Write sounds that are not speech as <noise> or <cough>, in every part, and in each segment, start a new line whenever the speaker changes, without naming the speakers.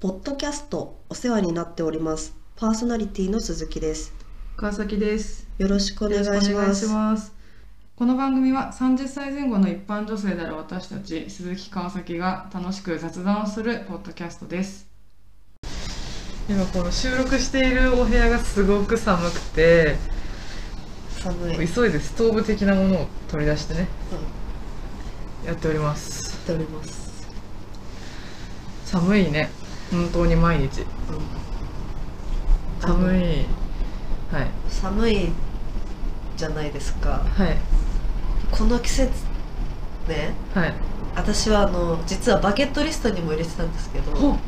ポッドキャストお世話になっております。パーソナリティの鈴木です。
川崎です。
よろしくお願いします。
よろくお願いしますこの番組は30歳前後の一般女性である私たち鈴木川崎が楽しく雑談をするポッドキャストです。今この収録しているお部屋がすごく寒くて、
寒い。うん、や
急いでストーブ的なものを取り出してねやっております。
っております。
寒いね。本当に毎日
うん
寒い
あの。
はい
寒いじゃないですか。
はい
この季節ね、
はい。
私はあの実はバケットリストにも入れてたんですけ
ほう
ど、
ん。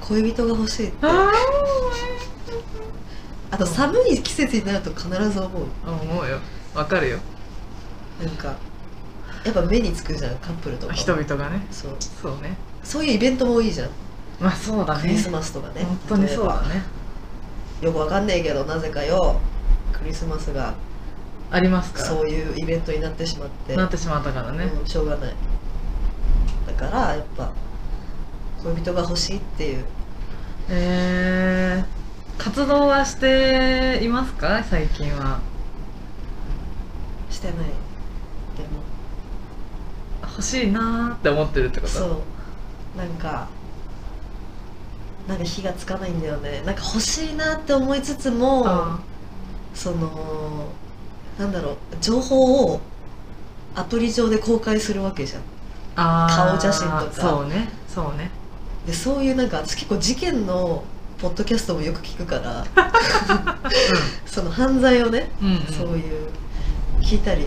恋人が欲しいって。
あ
あと寒い季節になると必ず思う。
あ思うよ。わかるよ。
なんかやっぱ目につくじゃんカップルとか。
人々がね。
そう
そうね。
そういうイベントもいいじゃん。
まあそうだ
ク
ね
リ。スマスとかね。
本当にそ
例
う
えば
だね。
よくわかんねえけどなぜかよクリスマスが
ありますから。
そういうイベントになってしまって
なってしまったからね。
うんしょうがないだからやっぱ恋人が欲しいっていう
えー、活動はしていますか最近は。
してないでも
欲しいなーって思ってるってこと
そうなんかなんか火がつかないんだよねなんか欲しいなって思いつつも
あ
そのなんだろう情報をアプリ上で公開するわけじゃん
あー
顔写真とか
そうね。そうね。
でそういうなんか私結構事件のポッドキャストもよく聞くから
<laughs>
その犯罪をね、
うん。うん、うん。
そういう聞いたり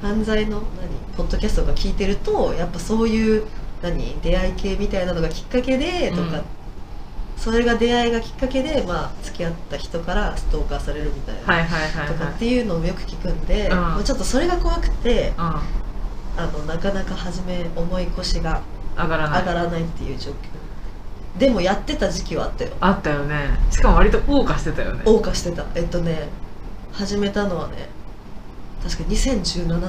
犯罪の何ポッドキャストが聞いてるとやっぱそういう何出会い系みたいなのがきっかけでとか、
うん
それが出会いがきっかけで、まあ、付き合った人からストーカーされるみたいな、
はいはいはい
とか
は
っていうのもよく聞くんで、
うん
もうちょっとそれが怖くて
い。
あのなかなか初め重い腰が
うん。上がらない。
上がらないっていう状況でもやってた時期はあったよ
あったよね。しかも割と謳歌してたよね。
謳歌してたえっとね始めたのはね確か2017年だ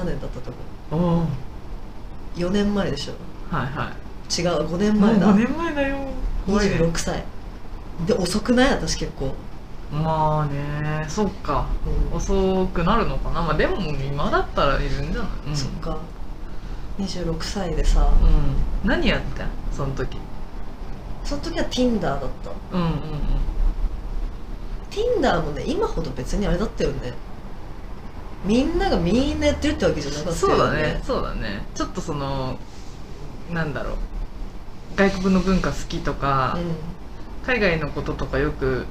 ったと思
おおー。
う4年前でしょ
はいは
違う5
い。
年
もう
前
5
だ
年前だよ。怖いね。
26歳で遅くない私結構、
まあね、そっか。
うん
遅くなるのかなまあでも今だったらいるんじゃない、うん、
そっか26歳でさ
うん何やってんその時
その時は Tinder だった
うんうんうん
Tinder もね今ほど別にあれだったよねみんながみんなやってるってわけじゃなかったよね
そうだねそうだねちょっとそのなんだろう外国の文化好きとか、海外のこととかよく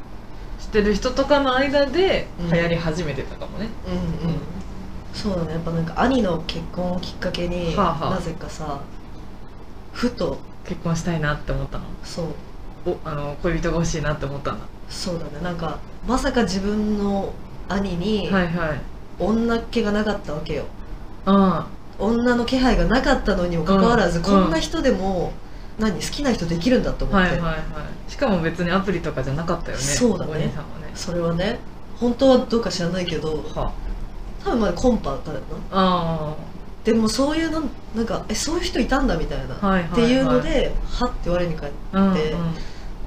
知ってる人とかの間で
うん
流行り始めてたかもね、
うんうんうんそうだねやっぱなんか兄の結婚をきっかけに、
はあはあ
なぜかさふと
結婚したいなって思ったの
そう
おあの恋人が欲しいなって思ったんだ
そうだねなんかまさか自分の兄に
はいはい
女っ気がなかったわけよ、
うん
女の気配がなかったのにもかかわらず、
うん
こんな人でも、何好きな人できるんだと思
は
っ
い
て、
はいはいしかも別にアプリとかじゃなかったよね
そうだね
お兄さんはね
それはね本当はどうか知らないけど
は
多分まだコンパからな
あ
でもそういうなんなんかえそういう人いたんだみたいな、
あはいはい、はい、
っていうのではって我に返って
うん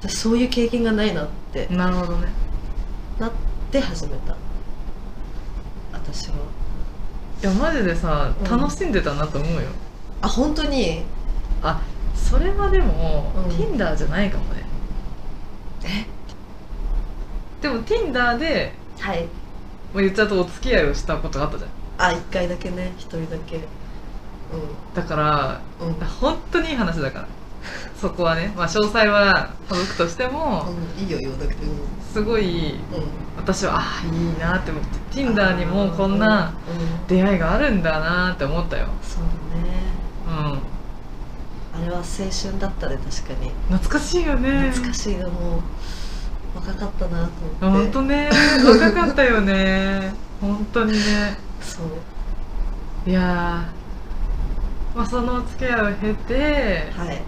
私そういう経験がないなって
うん、なるほどね
で始めた私はい
やマジでさ
うん
楽しんでたなと思うよ、
あ本当に
それはでも、
うん
Tinder じゃないかもね
え
でも Tinder で
はい
もう言っちゃうとお付き合いをしたことがあったじゃん
あ一回だけね一人だけ
だから
うんうん、
本当にいい話だからそこはね、まあ、詳細は省くとしても、
うん、いいよ言わなくてうんうん
すごい私はああいいなって思って Tinder にもこんな
うん、うん
出会いがあるんだなって思ったよ
そうだね
うん
あれは青春だったね確かに
懐かしいよね
懐かしいなもう若かったなと思っ
本
て <laughs>
当ね若かったよね本当にね
そう
いやーまあそのお付き合いを経て
はい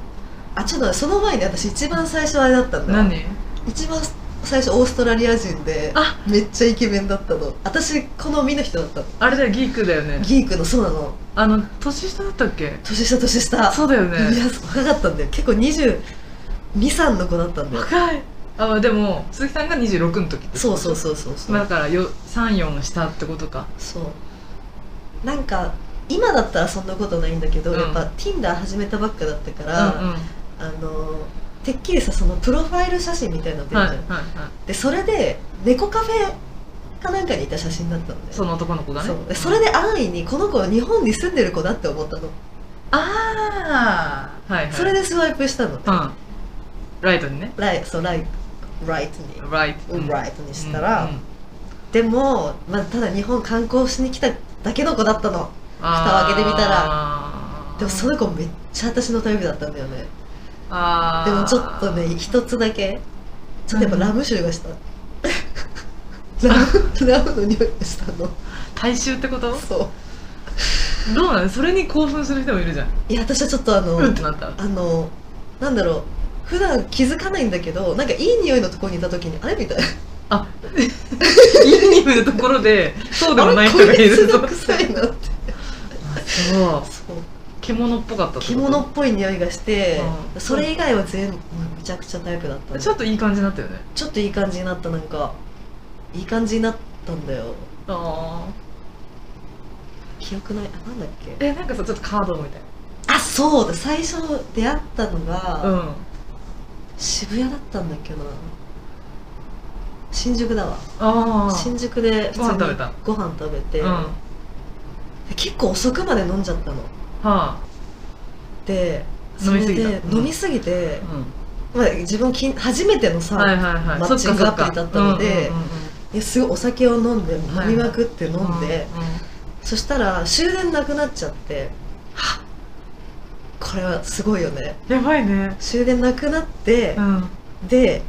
あちょっとねその前に私一番最初あれだったんだよ
何
一番最初オーストラリア人で
あ
めっちゃイケメンだったの私好みの人だったの
あれだよギークだよね
ギークのそうなの
あの年下だったっけ
年下年下
そうだよね
いや若かったんだよ結構20ミサンの子だったんだよ
若いあでも鈴木さんが26の時ってこと
そうそうそうそうそう、
まあ、だから34下ってことか
そうなんか今だったらそんなことないんだけど、
うん
やっぱ Tinder 始めたばっかだったか
うん
ら、
うんはい
あのてっきりさそのプロファイル写真みたいなの出る
はい
じゃん、
はい
でそれで猫カフェかなんかにいた写真だったのね
その男の子がね
そうでそれで安易にこの子は日本に住んでる子だって思ったの、
ああはいはい
それでスワイプしたの、
うんライトにね
ライそうライライトに、
ライト
ライトにしたら、
うんうん
でも、まあ、ただ日本観光しに来ただけの子だったの蓋を開けてみたら
あー
でもその子めっちゃ私のタイプだったんだよね
あ
で
ー
もちょっとね一つだけちょっとやっぱラム臭がしたラムラムの匂いがしたの
大衆ってこと
そう
どうなのそれに興奮する人もいるじゃん
いや私はちょっとあの、
うんってなった
あのなんだろう普段気づかないんだけどなんかいい匂いのところにいた時にあれみたいな
あいい匂いのところでそうでもない人
あ
が
れこ
い
いつ
る
の
ぞ
臭いなって
そう
そう
獣っぽかったってこと
獣っぽい匂いがして、
うん
それ以外は全部もうめちゃくちゃタイプだったの
ちょっといい感じになったよね
ちょっといい感じになったなんかいい感じになったんだよ
ああ
記憶ないあなんだっけ
えなんかさちょっとカードみたい
あそうだ最初出会ったのが、
なうん
渋谷だったんだっけな新宿だわ
ああ
新宿で普通に
ご飯食べた
ご飯食べて、
うんは
で結構遅くまで飲んじゃったの
あ
でそ
飲み
れ
すぎた
で
うん
飲みすぎて、
う
まあ、自分き初めてのさ、
んはいはいはい
マッチングアプリだったので
そっかそっかうんうんうん
ですごいお酒を飲んで
は
飲
い
みまくって飲んで、
うんうん
そしたら終電なくなっちゃってはっこれはすごいよね
やばいね
終電なくなって
う、んうん
で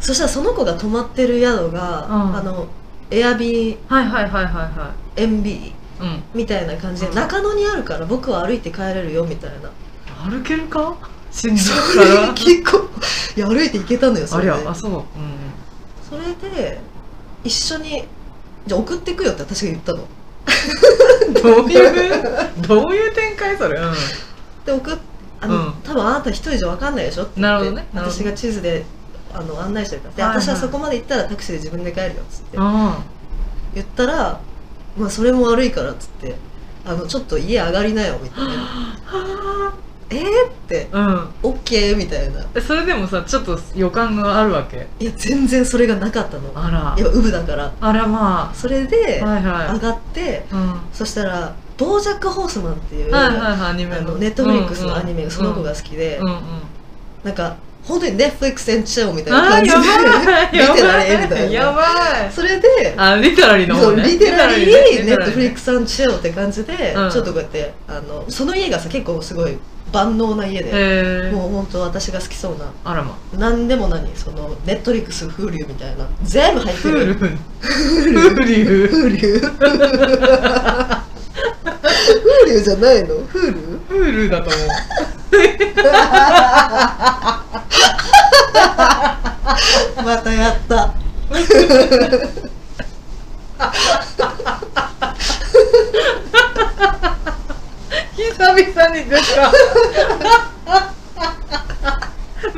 そしたらその子が泊まってる宿が、
うん
あのエアビー
はいはいはいはいは
エンビー
いうん
みたいな感じで、
うん
中野にあるから僕は歩いて帰れるよみたいな
歩けるか新宿
そ
か
れ
ら
結構いや歩いて行けたのよそ
あ
れ
り
で
ゃあそううん
それで一緒にじゃあ送ってくよって私が言ったの
どういうどういう展開それうん
で送っあの、
うん
多分あなた一人じゃ分かんないでしょって言って
なるほどねなるほど
私が地図であの案内してるからで、
はいはい
私はそこまで行ったらタクシーで自分で帰るよっつって
あ
言ったら、まあ、それも悪いからっつってあのちょっと家上がりなよみたい
<gasps>
なえーって
あうん
オッケーみたいない
えそれでもさちょっと予感があるわけ
や全然それがなかったの
あら
いやウブだから
あらま
それ
あ
で
はいは
上
い
がって
うん
そしたら「ボージャック・ホースマン」っていう、
はいはいはいアニメ
あ
の
のネットフリックスのアニメがその子
が
が好きで、
うんうん
なんか本当にネットフリックスエンチェみたいな
あ
感
ー
じ
やばい
で <laughs> 見てられみたい
や
な
ばい
<laughs> それで
あリテラリーの
そ
方
う
ね
リテラリーネ
ね
ットフリッ
ね
クスエンチェって感じで、
うん
ちょっとこうやってあのその家がさ結構すごい万能な家で、
へえ
もう本当私が好きそうな
あらま
何でも何そのネットフリックス Hulu みたいな全部入って
プール
る
フール <laughs>
Hulu Hulu じゃないの Hulu?
プールだと思う
またやった。
久々に出た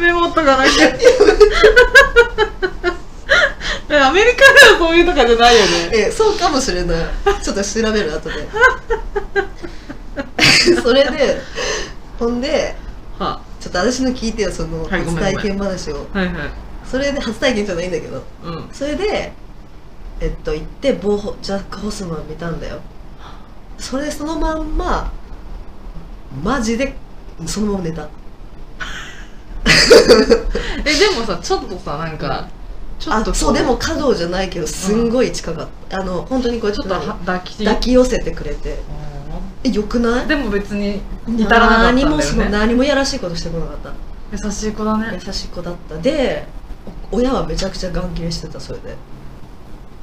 メモっとかなきゃえアメリカではそういうとかじゃないよね
ええ、そうかもしれない。ちょっと調べる
<laughs>
後で。それで、ほんで、
は
ちょっと私の聞いてよ、その
はいごめん
初体験話を。
はいはい
それで、初体験じゃないんだけど。
うん
それで、えっと、行って、ボージャック・ホスマン見たんだよ。それ、そのまんま、マジで、そのまま寝た。
えでもさちょっとさなんかちょっとこ
あそう、でも華道じゃないけど、すんごい近かった。あの、本当にこれ
ち
ち
ょ
ょ
っ
っ
と
と
は抱き
抱き寄せてくれて。え、よくない
でも別に至らなかったんだ
何
よ
もその
ね
何もやらしいことしてこなかっ
優しい子だ
た
ね
優しい子だったでお親はめちゃくちゃ眼切れしてたそれで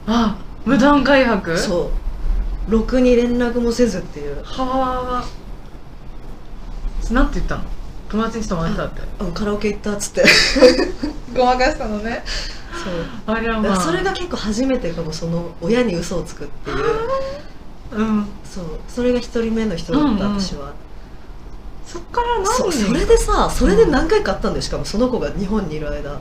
あ無断外泊う
そうろくに連絡もせずっていう
はあなんて言ったの友達にちょっと待ってたって
あのカラオケ行ったっつって
ごまかしたのね
そ
ありゃ
う、
まあ
それが結構初めてかもその親に嘘をつくっていう
うん
そうそれが一人目の人だった、
うんうん
私は
そっから
そ
何
それ
年
でさそれで何回かあったんだよしかもその子が日本にいる間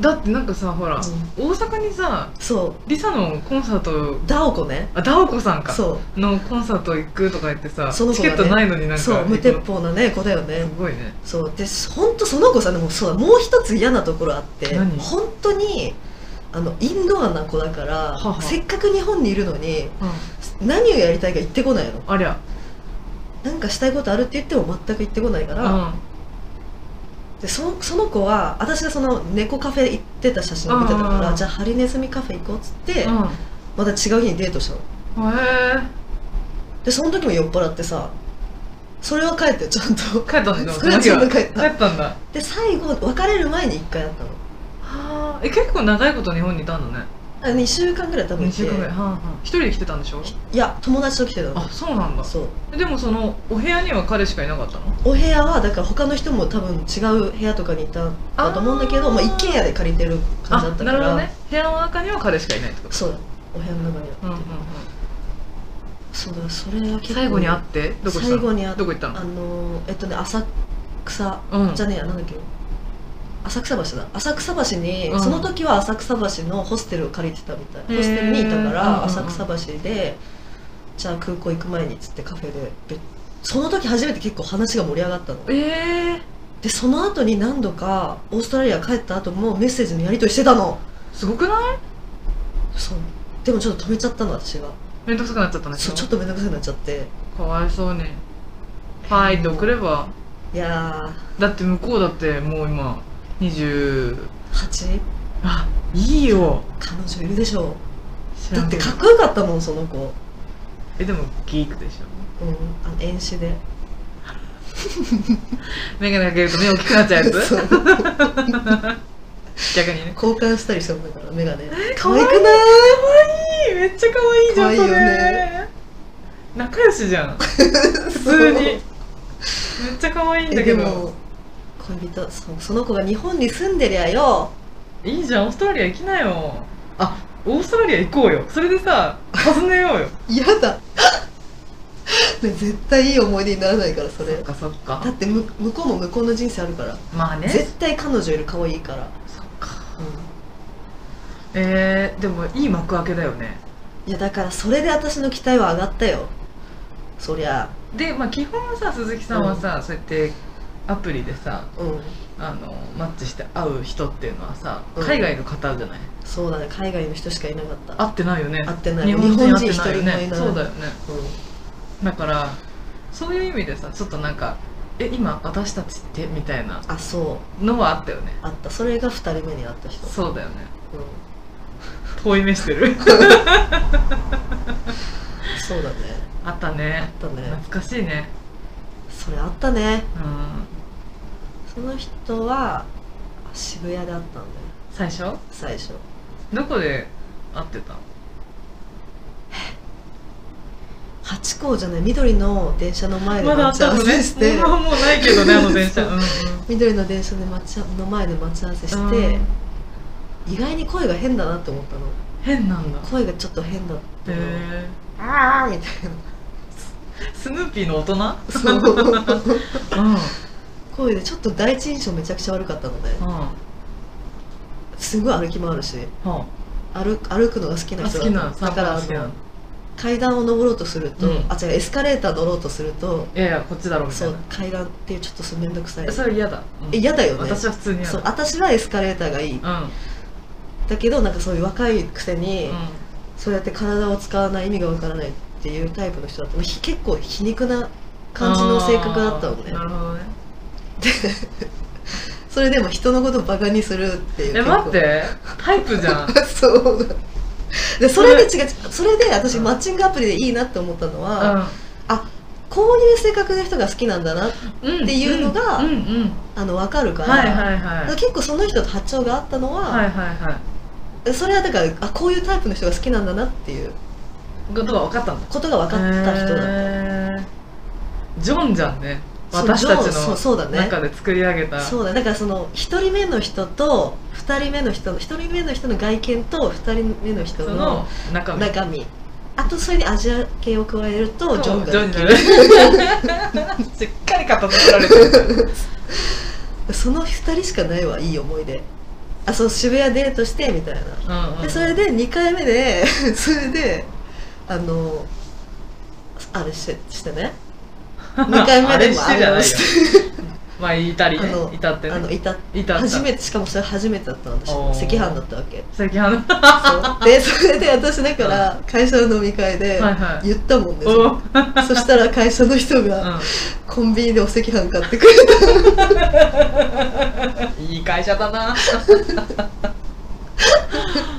だってなんかさほら、大阪にさ
そう
リサのコンサート
ダオコね
あダオコさんか
そ
のコンサート行くとか言ってさ、
その子
チ
が
ケ
ね
ットないのになん
う
か
そう無
行く
鉄
の
砲なね子だよね
すごいね
そうで本当その子さでもそうだもう一つ嫌なところあって
何
本当にあのインドアな子だから
はは
せっかく日本にいるのに
うん
何をやりたいか言ってこないの
ありゃ
なんかしたいことあるって言っても全く言ってこないか
う
ら、
ん
でそのその子は私がその猫カフェ行ってた写真を見てたか
うんうんう
ら
ん
じゃあハリネズミカフェ行こうっつって、
うん
また違う日にデートしたの
へ
でその時も酔っ払ってさそれは帰ってちゃんと
え帰ったんだ
それはちゃんと帰っ
帰
た
ったんだ
で最後別れる前に1回会ったの
はあえ結構長いこと日本にいたんだね
あ2週間ぐらい多分
2
いて
週間ぐらいはあはあ一人で来てたんでしょ
いや友達と来てたの
あそうなんだ
そう
でもそのお部屋には彼しかいなかったの
お部屋はだから他の人も多分違う部屋とかにいたんだと思うんだけど
あー
まあ、一軒家で借りてる感
あ
じだったか
なるほ
ら
どね部屋の中には彼しかいないってこと
そうだお部屋の中にあって、
うんうんうん
そうだそれは結構
最後に会ってどこしたの
最後に会っ
どこ行ったの
あのーえっとね浅草
うん
じゃねえやなんだっけ浅草橋だ浅草橋に、
うん
その時は浅草橋のホステルを借りてたみたい
へー
ホステルにいたか
うんうんうん
ら浅草橋で、じゃあ空港行く前にっつってカフェでべその時初めて結構話が盛り上がったの
ええ
でその後に何度かオーストラリア帰った後もメッセージのやり取りしてたの
すごくない
そうでもちょっと止めちゃったの私が
めんどくさくなっちゃったね
そうちょっと面倒くさくなっちゃって
かわいそうに「はい」って送れば
いや
だって向こうだってもう今20
ー8
あいいよ
彼女いるでしょ
知
う
ら
だっ
ん
て
けど
かっこよかったもんその子
えでもギークでしょ
うんあの演習で
眼鏡かけると目大きくなっちゃうやつ
<laughs> そう
逆にね
交換したりしたんだから眼鏡
か
可
わい
愛
い
くない
いいめっちゃ可愛いじゃんそ
可愛いよ
れ
ね
仲良しじゃん普通
<laughs>
にめっちゃ可愛いん
え
だけ
で
ど
も恋人そうその子が日本に住んでりゃよ
いいじゃんオーストラリア行きなよあオーストラリア行こうよそれでさ訪ねようよ
嫌だね絶対いい思い出にならないから <laughs> それだ
かそっか
ってむ向こうも向こうの人生あるから
まあね
絶対彼女いる可愛いから、
そっかえー、でもいい幕開けだよね
いやだからそれで私の期待は上がったよそりゃ
で、まあ、基本はさ鈴木さんはさ、そうやってアプリでさ
うん
あのマッチして会う人っていうのはさ
うん
海外の方じゃない、
そうだね海外の人しかいなかった
会ってないよね
会ってない
日本人会ってな
日本人一人
いよ
もい
ね
ない
そうだよね
う
だからそういう意味でさちょっとなんか「え今私たちって?」みたいなん
あそう
のはあったよね
あったそれが2人目に会った人
そうだよね
うん
遠い目してる
そうだね
あったね
あったね
懐かしいね
それあったね
うん
その人は渋谷で会ったんだよ
最初
最初
どこで会ってた
八甲じゃない緑の電車の前で
まだあ
待ち
っ
合
た
わ
のね
せして、
もうもうないけどねあの
<laughs>
電車うん、うん、
緑の電車で待ち合の前で待ち合わせして、意外に声が変だなって思ったの
変なんだ
声がちょっと変だったの、
へ
ああみたいな
ースヌーピーの大人
そう <laughs>
うんうん
声でちょっと第一印象めちゃくちゃ悪かったのですすごい歩き回るし
は
歩歩くのが好きな
あ
人
好きなの
だからあ
好きなの
の階段を登ろうとすると、
うん
あ違うエスカレーター乗ろうとすると
いやいやこっちだろみた
そ
いうな
階段っていうちょっとそれめんどくさい
えそれ嫌だ、うん
え嫌だよね
私は普通に嫌
そう
だ
私はエスカレーターがいい
うん
だけどなんかそういう若いくせに、
うん
そうやって体を使わない意味がわからないっていうタイプの人だったひ結構皮肉な感じの性格だったのね
あーなるほどね
それでも人のことをバカにするっていう
え
結構
待ってタイプじゃん
<laughs> そうでそれで違う違うそれで私マッチングアプリでいいなって思ったのは、こういう性格の人が好きなんだな
うん
っていうのが
うんうんうん
あの分かるから、
はいはい
だ
は
から
い
結構その人と波長があったのは、
はいはいはい
それはだからあこういうタイプの人が好きなんだなっていう
ことが分かったんだ
ことが分かった人だった、
へージョンじゃんね
そう
私たち
ジョンそうそうだ
の
ね
中で作り上げた
そうだだからその1人目の人と2人目の人の1人目の人の外見と2人目の人
そ
の
の中身
中身あとそれにアジア系を加えるとジョンが
ジョ
で
ン
き
にな
る
る <laughs> しっかり片付けられて
<laughs>
る
その2人しかないわいい思い出あそう渋谷デートしてみたいな
うん、うん、
でそれで2回目で <laughs> それであのあれしてしてね二回目でも
あれしてじゃないよまあ至り
あの
ね至って
あの
ね
いた
至った
初めてしかもそれ初めてだったの私
おー
赤飯だったわ
<laughs>
け
最近あのは
そうでそれで私だから会社の飲み会
い
で
はい
言ったもんね、
おうん
<laughs> そしたら会社の人がコンビニでお赤飯買ってくれた
いい会社
<laughs>
だな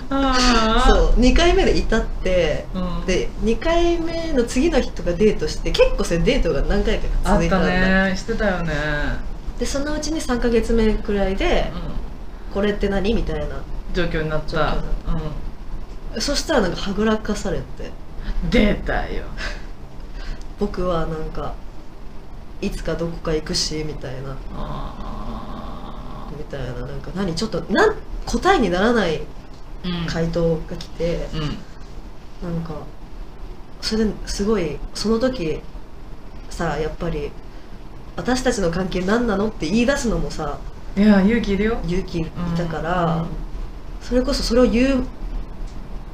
あー
そう2回目で至って
<laughs> うん
で2回目の次の日とかデートして結構それデートが何回か
あ
続
っ
いた
た
んだ
ねしてたよね
でそのうちに3ヶ月目くらいで「
う
これって何?」みたいなん
状況になっ
状
た
況にそしたらなんかはぐらかされて
うん出たよ
僕はなんか「いつかどこか行くし」みたいな
あ
みたいななんか何ちょっとなん答えにならない
ーうん
回答が来て、
うん
なんかそれですごいその時さやっぱり私たちの関係何なのって言い出すのもさ
いや勇気いるよ
勇気いたから、
うん
それこそそれを言う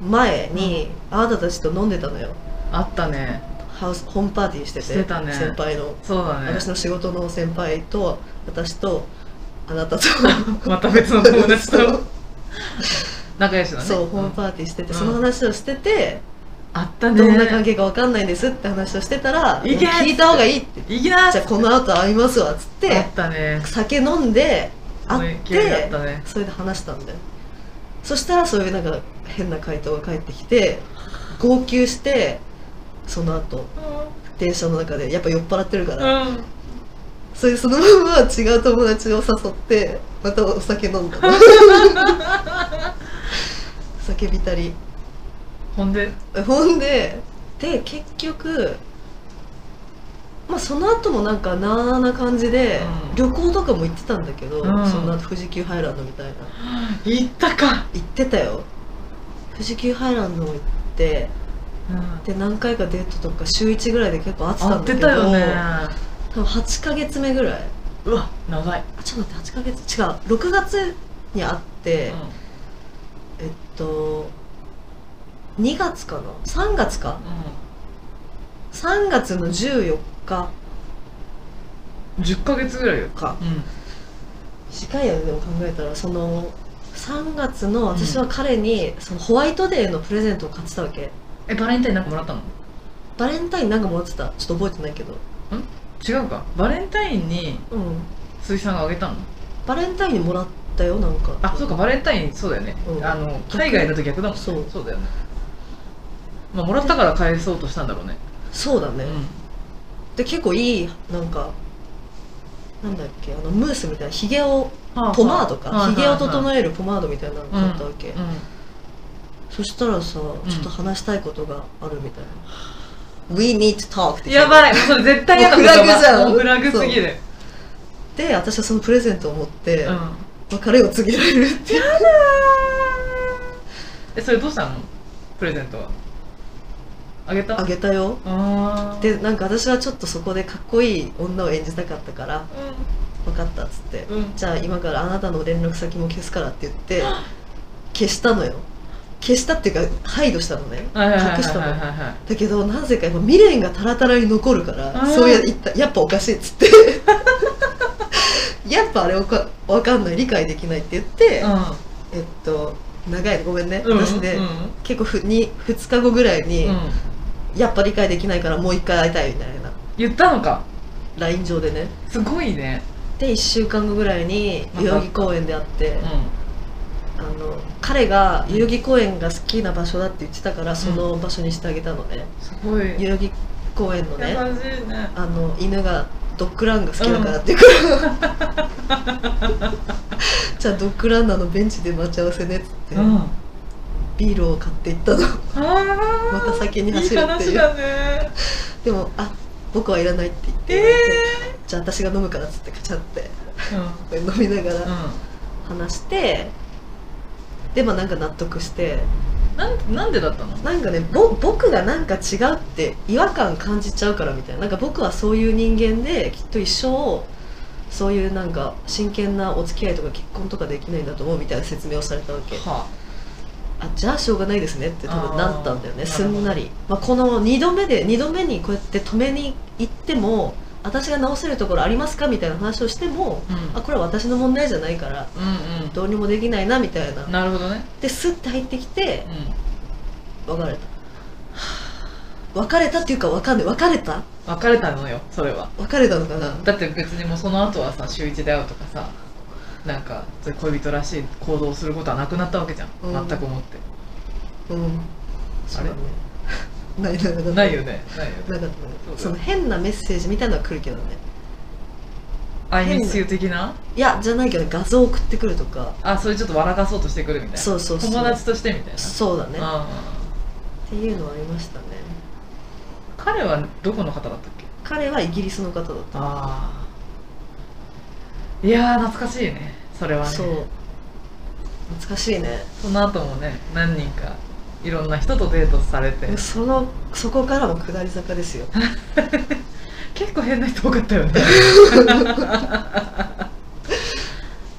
前に、あなたたちと飲んでたのよ
あったね
ハウスホームパーティーしてて
してたね
先輩の、
そうだね
私の仕事の先輩と私とあなたと
また別の友達
そ
と
う
<laughs> 仲良しだね
そうホーム
ん
パーティーしてて、
うん
その話をしてて、
あったね
どんな関係か分かんないんですって話をしてたら
いけ
聞いた方がいいって
いきなー
じゃあこの後会いますわっつっ
あ
て
ったね
酒飲んで会っ
勢いだ
て
ったね
それで話したんだよそしたらそういうなんか変な回答が返ってきて号泣してその後電車の中でやっぱ酔っ払ってるか
う
ら、
ん
それでそのまま違う友達を誘ってまたお酒飲ん
<laughs>
だの酒浸り
ほんで
<laughs> ほんでで結局まあその後もなんかなあな感じで、
うん
旅行とかも行ってたんだけど、
うん
そんな富士急ハイランドみたいな
行ったか
行ってたよ富士急ハイランドも行って
うん
で何回かデートとか週1ぐらいで結構会ってた
あ
ん
っ
だ
て
けど
たよね
多分8ヶ月目ぐらいう
わ長い
あちょっと待って8ヶ月違う6月に会って、
う
えっと2月かな3月か
ん
3月の14日
うん10ヶ月ぐらいよ
か
うん
短いよねでも考えたらその3月の私は彼にそのホワイトデーのプレゼントを買ってたわけ
えバレンタインなんかもらったの
バレンタインなんかもらってたちょっと覚えてないけど
違うかバレンタインに
うん
鈴木さんがあげたの
バレンタインにもらったよなんか
あそうかバレンタインそうだよね、
うん
あの海外だと逆だもんね
そう
だよねまあもらったから返そうとしたんだろうね
そうだね、
う
で結構いいなんかなんだっけあのムースみたいなヒゲを
ん
ポマードかヒゲを
え
整えるポマードみたいなの
うん
買ったわけ、そしたらさちょっと話したいことがあるみたいな「We need to talk」って
う
聞
ん
いて
やばいもうそれ絶対嫌な言葉
もうフラグじゃん
もうフラグすぎる
で私はそのプレゼントを持って、
うん
別れを告げられるっていう
えそれどうしたのプレゼントはあげた
あげたよ
あー
でなんか私はちょっとそこでかっこいい女を演じたかったから「分かった」っつって
うんうん
じゃあ今からあなたの連絡先も消すからって言って消したのよ消したっていうか排除したのね
はいはいはいはい
隠したの
はいはい
だけどなぜかやっぱ未練がタラタラに残るか
あ
ら
ー
そうや言ったやっぱおかしいっ
<laughs>
つってやっぱあれおかわかんない理解できないって言って、えっと長いのごめんね、
うん
私ね、
うん
結構ふ 2, 2日後ぐらいに、
うん
やっぱ理解できないからもう一回会いたいみたいな
言ったのか
LINE 上でね
すごいね
で1週間後ぐらいに代々木公園で会って、
う
あの彼が代々木公園が好きな場所だって言ってたからその場所にしてあげたのね、
んすごい
代々木公園のね
優しいね
あの犬がドッグランが好きだからって言うから、 <laughs> じゃあドッグランナーのベンチで待ち合わせねっつって、
うんあ
ビールを買って行ったの <laughs>
あ
また先に
いい
走るっていう
話だね
でも「あ僕はいらない」って言って、
え
じゃあ私が飲むからっつってカチャって
えうん
これ飲みなが
う
ら
ん
話して、でまあなんか納得して
なんなんでだったの
なんかねぼ僕がなんか違うって違和感感じちゃうからみたいななんか僕はそういう人間できっと一生そういうなんか真剣なお付き合いとか結婚とかできないんだと思うみたいな説明をされたわけ
は
あじゃあしょうがないですねって多分なったんだよ
あ
ね
ー
すんなりまあ、この2度目で2度目にこうやって止めに行っても私が直せるところありますかみたいな話をしても
あ、うん
あこれは私の問題じゃないから
うん
どうにもできないなみたいな
うんなるほどね、
でスッて入ってきて
う
別れた別れたっていうか分かんない別れた
ん、別れたのよそれは
別れたのかな
だって別にもうその後はさ週一で会うとかさなんかそういう恋人らしい行動をすることはなくなったわけじゃん、
うん
全く思って
うんそうだね <laughs> ないないない
ないよねないよね
なかったね
そうだよ
その変なメッセージみたいなのは来るけどね
「I miss you」的ない
やじゃないけど画像送ってくるとか
あそれちょっと笑かそうとしてくるみたいな
そうそうそう
友達としてみたいな
そうだねっ
あ
ていうのはありましたね
あ彼はどこの方だったっけ
彼はイギリスの方だっ
ああいやー懐かしいねそれは
た
ね
そう懐かしいね
その後もね何人かいろんな人とデートされて
そのそこからも下り坂です
<laughs>
よ
結構変な人多かった <laughs> よね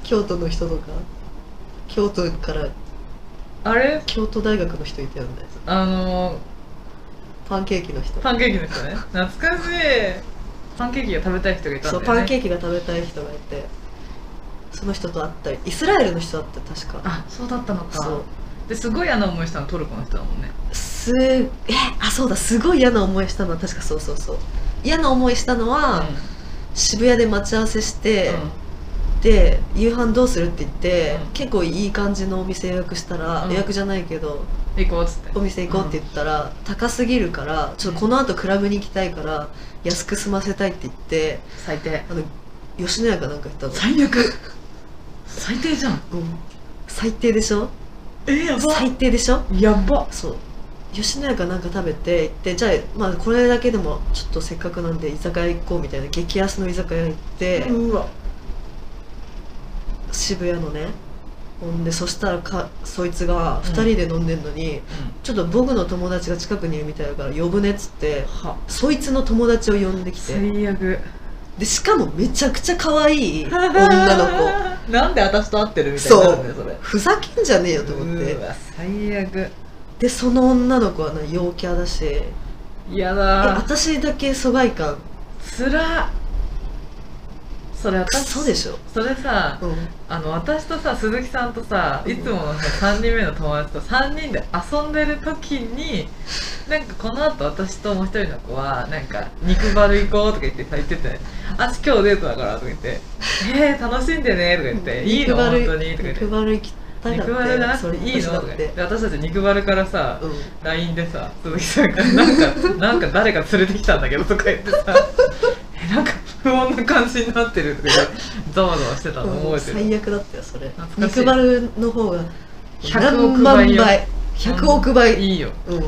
京都の人とか京都から
あれ
京都大学の人いたよね
あの
パンケーキの人
ーパンケーキの人ね懐かしいパンケーキが食べたい人がいたんだ
そ
よ
う
ね
パンケ
ーキ
ーキが食べたい人がいてその人と会ったりイスラエルの人だった確か
あそうだったのか
そう
ですごい嫌な思いしたのトルコの人だもんね
すえあそうだすごい嫌な思いしたのは確かそうそうそう嫌な思いしたのは、渋谷で待ち合わせして、で夕飯どうするって言って、
うん
結構いい感じのお店予約したら、
うん
予約じゃないけど
うん、行こうっつって
お店行こうって言ったら、高すぎるからちょっとこの後クラブに行きたいから安く済ませたいって言って
最低
あの吉野家かなんか行ったの、
最悪最低じゃん
うん最低でしょ
えー、や
最低でしょ
やば
そう吉野家かなんか食べて行ってじゃあ,、まあこれだけでもちょっとせっかくなんで居酒屋行こうみたいな激安の居酒屋行って、
うわ
渋谷のねほんでそしたらかそいつが2人で飲んでんのに、ちょっと僕の友達が近くにいるみたいだから呼ぶねっつって
は
そいつの友達を呼んできて
最悪
でしかもめちゃくちゃ可愛い女の <laughs> 子
<laughs> なんで私と会ってるみたいになるんだよ
そ
それ
ふざけんじゃねえよと思っ
う
て
わ最悪
でその女の子はね陽キャだしえ
やだー
私だけ疎外感
つらっそれ
ク
私
ソでしょ、
それさ
うん、
あの私とさ鈴木さんとさ
うん
いつものさ3人目の友達と3人で遊んでる時になんかこのあと私ともう一人の子はなんか肉バル行こうとか言ってさ言っ
<laughs>
てて「あ今日デートだから」とか言って「えー、楽しんでね」とか言って「いいの
肉バル
本当に」とか言って
肉。バル行きたい
肉バル
だ
だ
ってそ
っ
れ
ていいの
だ
と
っ
か言って
て
で私たち肉バルからさ
うん
LINE でさ鈴木さんがなんか「なんか誰か連れてきたんだけど」とか言ってさ
<laughs>
「えなんか不穏な感じになってる」とか言ってざわざわしてたの
うん
覚えてる
最悪だったよそれ
懐かしい
肉バルの方が
100
何
億倍
万
よ
倍100億倍
いいよ
うん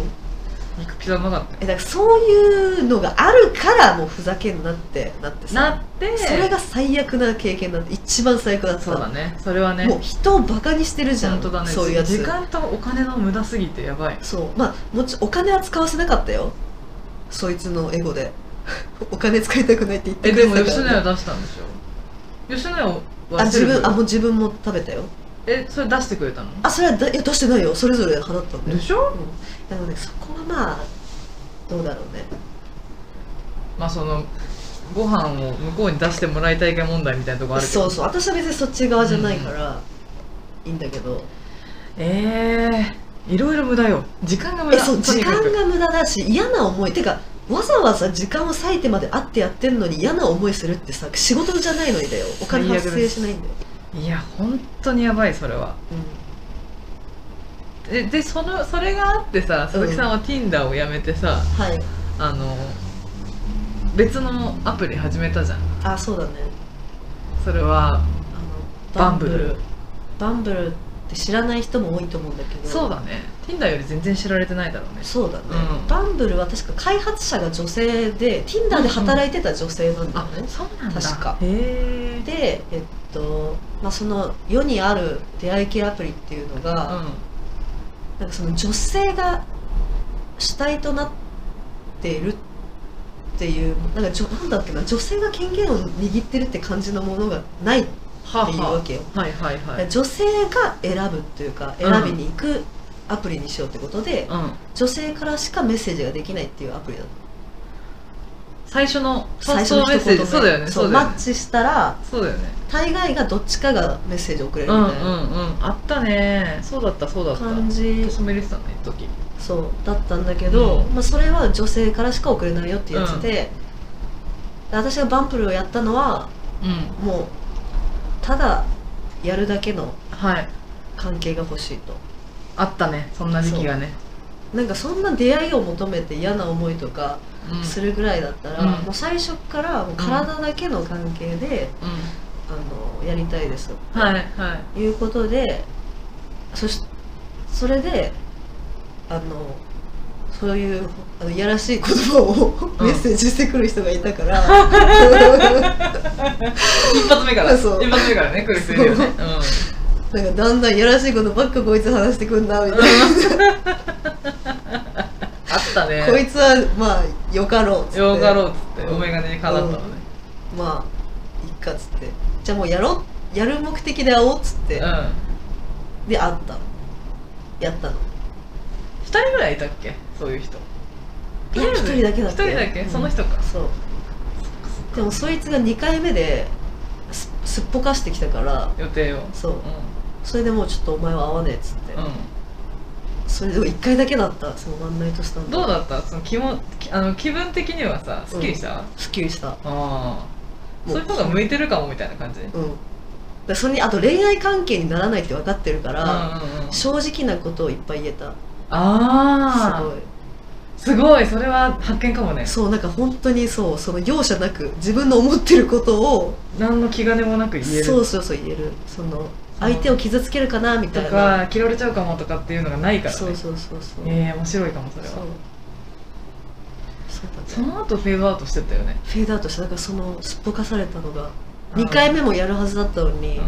肉ピザうまかったよ
えだからそういうのがあるからもうふざけんなってなって
な
さ
って
それが最悪な経験だって一番最悪だった
そうだねそれはね
もう人をバカにしてるじゃ
本
ん
当だね
そういうやつ
時間とお金の無駄すぎてやばい
そうまあもちお金は使わせなかったよそいつのエゴで <laughs> お金使いたくないって言って
え
くれ
で
た
も
から
吉野家出したんでしょ吉野家は
あ
セ
自
ルフ
分あもう自分も食べたよ
えそれ出してくれたの
あそれはだいや出してないよそれぞれ払ったんだよ
でしょ
うん、なのでそこはまあどうだろうね
まあそのご飯を向こうに出してもらいたいか問題みたいなとこあるけど
そうそう私は別にそっち側じゃないから、いいんだけど
ええいろいろ無駄よ時間が無
え
駄
そう
と
時
にか
間
く
が無駄だし嫌な思いてかわざわざ時間を割いてまで会ってやってんのに嫌な思いするってさ仕事じゃないのにだよお金
最悪
発
で
生
す
しないんだよ、
いや本当にやばいそれはででそのそれがあってさ鈴木さんは Tinder をやめてさ、
うん、はい
あの別のアプリ始めたじゃん
あそうだね
それは
あの
バンブル
バンブルって知らない人も多いと思うんだけど
そうだね Tinder より全然知られてないだろうね
そうだね、
うん
バンブルは確か開発者が女性で Tinder で働いてた女性なんだよ
あ
ね、
そうなんだ
確か
へえ
で、えっとまあ、その世にある出会い系アプリっていうの
う
が、
ん
なんかその女性が主体となっているっていうなんかじょなんだっけな女性が権限を握ってるって感じのものがないって
はあ
いう
は
わけよ、
あはいはいはい
女性が選ぶっていうか
う
選
ん
びに行くアプリにしようってことで、
うん
女性からしかメッセージができないっていうアプリだった
最初の
最初
の
の
メッ
一
セ
言
ージ
目
そうだよねそうだ
マ
よね
ッチしたら
そうだよね
大概がどっちかがメッセージを送れ
う
る
んうん
み
う
たいなん
あったねそうだったそうだった
感じ
私も入れてたね一時
そうだったんだけど、
うん
まあ、それは女性からしか送れないよっていうやつで、で私がバンプルをやったのは
うん
もうただやるだけの
はい
関係が欲しいと
あったねそんな時期がね
なんかそんな出会いを求めて嫌な思いとか
うん
するぐらいだったら、
うん
もう最初からもう体だけの関係で、
う
あのやりたいです
んはいはい
いうことでそしそれであのそういうあのいやらしい言葉を
う
<laughs>
ん
メッセージしてくる人がいた
<laughs>
から、
一発目から一
そう
発目からね来る人いるよね
なんかだんだんいやらしいことばっかこいつ話してくんなみたい
うんあったね
な、 <laughs> こいつはまあよかろうっつって
ようかろうっつってお眼鏡にかなったのね
まあいっかっつってじゃあもうやろうやる目的で会おうっつって、
うん
で会ったのやったの
二人ぐらいいたっけそういう人
いや一人だけだっ
一
たよ
人だけ
うん
その人か
そうでもそいつが2回目ですすっぽかしてきたから
予定を
そう
う
それでもうちょっとお前は会わねえっつって、
んうん
それでも1回だけだったそのワンナイトスタンド
どうだったその気もきあの気分的にはさすっきりした、あ
すっきりした
あ
もう
そういう方が向いてるかもみたいな感じ
うんでそれにあと恋愛関係にならないって分かってるか
うん
ら、
うんうん
正直なことをいっぱい言えた
あ
す
あ
ごい
すごいそれは発見かもね
そうなんか本当にそうその容赦なく自分の思ってることを
何の気兼ねもなく言える
そうそうそう言えるその相手を傷つけるかなみた
と
いな
か嫌われちゃうかもとかっていうのがないからね
そうそうそうそう、
ええ面白いかもそれは
そうそうだね
その後フェードアウトしてったよね
フェードアウトしただからそのすっぽかされたのが2回目もやるはずだったのに、
う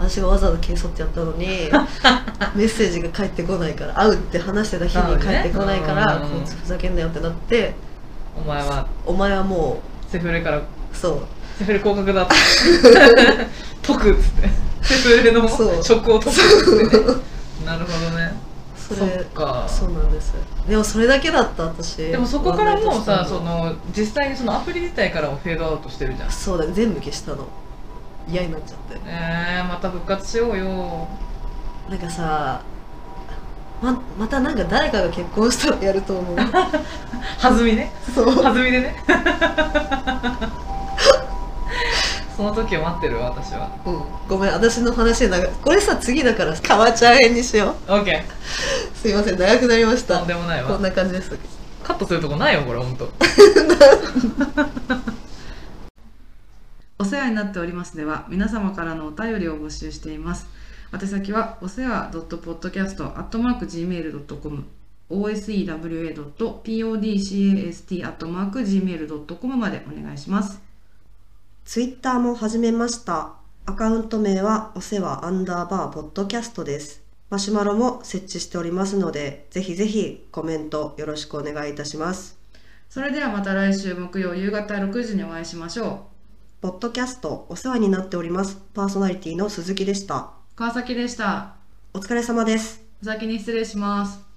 私がわざわざ軽率ってやった
<laughs>
のにメッセージが返ってこないから会うって話してた日に返ってこないから、
会うねうん
こいつふざけんなよってなって
んお前は
お前はも
セフレから
うそう
セフレ降格
<laughs>
だって解くっつってセフレの
そう
職を解くっつっ
<laughs>
てねなるほどね
それ
そっか
そうなんですでもそれだけだった私
でもそこからもう
ワンナ
さ
イトス
そ
タンド
の実際にそのアプリ自体からもフェードアウトしてるじゃん
そうだ全部消したの嫌になっちゃって
えー、また復活しようよ
なんかさままたなんか誰かが結婚したらやると
<laughs>
思う
弾みね
そう
弾みでね <laughs> その時を待ってるわ私は
うん、ごめん私の話で長これさ次だからかわちゃん編にしよ
OK
うすいません長くなりまし
と
た
んでもない
こ
わ
んな感じです
カットするとこないよこれほんと
お世話になっておりますでは皆様からのお便りを募集しています宛先はお世話 .podcast.gmail.com osewa.podcast.gmail.com までお願いします
ツイッターも始めました。アカウント名はお世話アンダーバーポッドキャストです。マシュマロも設置しておりますので、ぜひぜひコメントよろしくお願いいたします。
それではまた来週木曜夕方6時にお会いしましょ
ポッドキャストお世話になっております。パーソナリティの鈴木でした
う。川崎でした
お疲れ様です。
お先に失礼します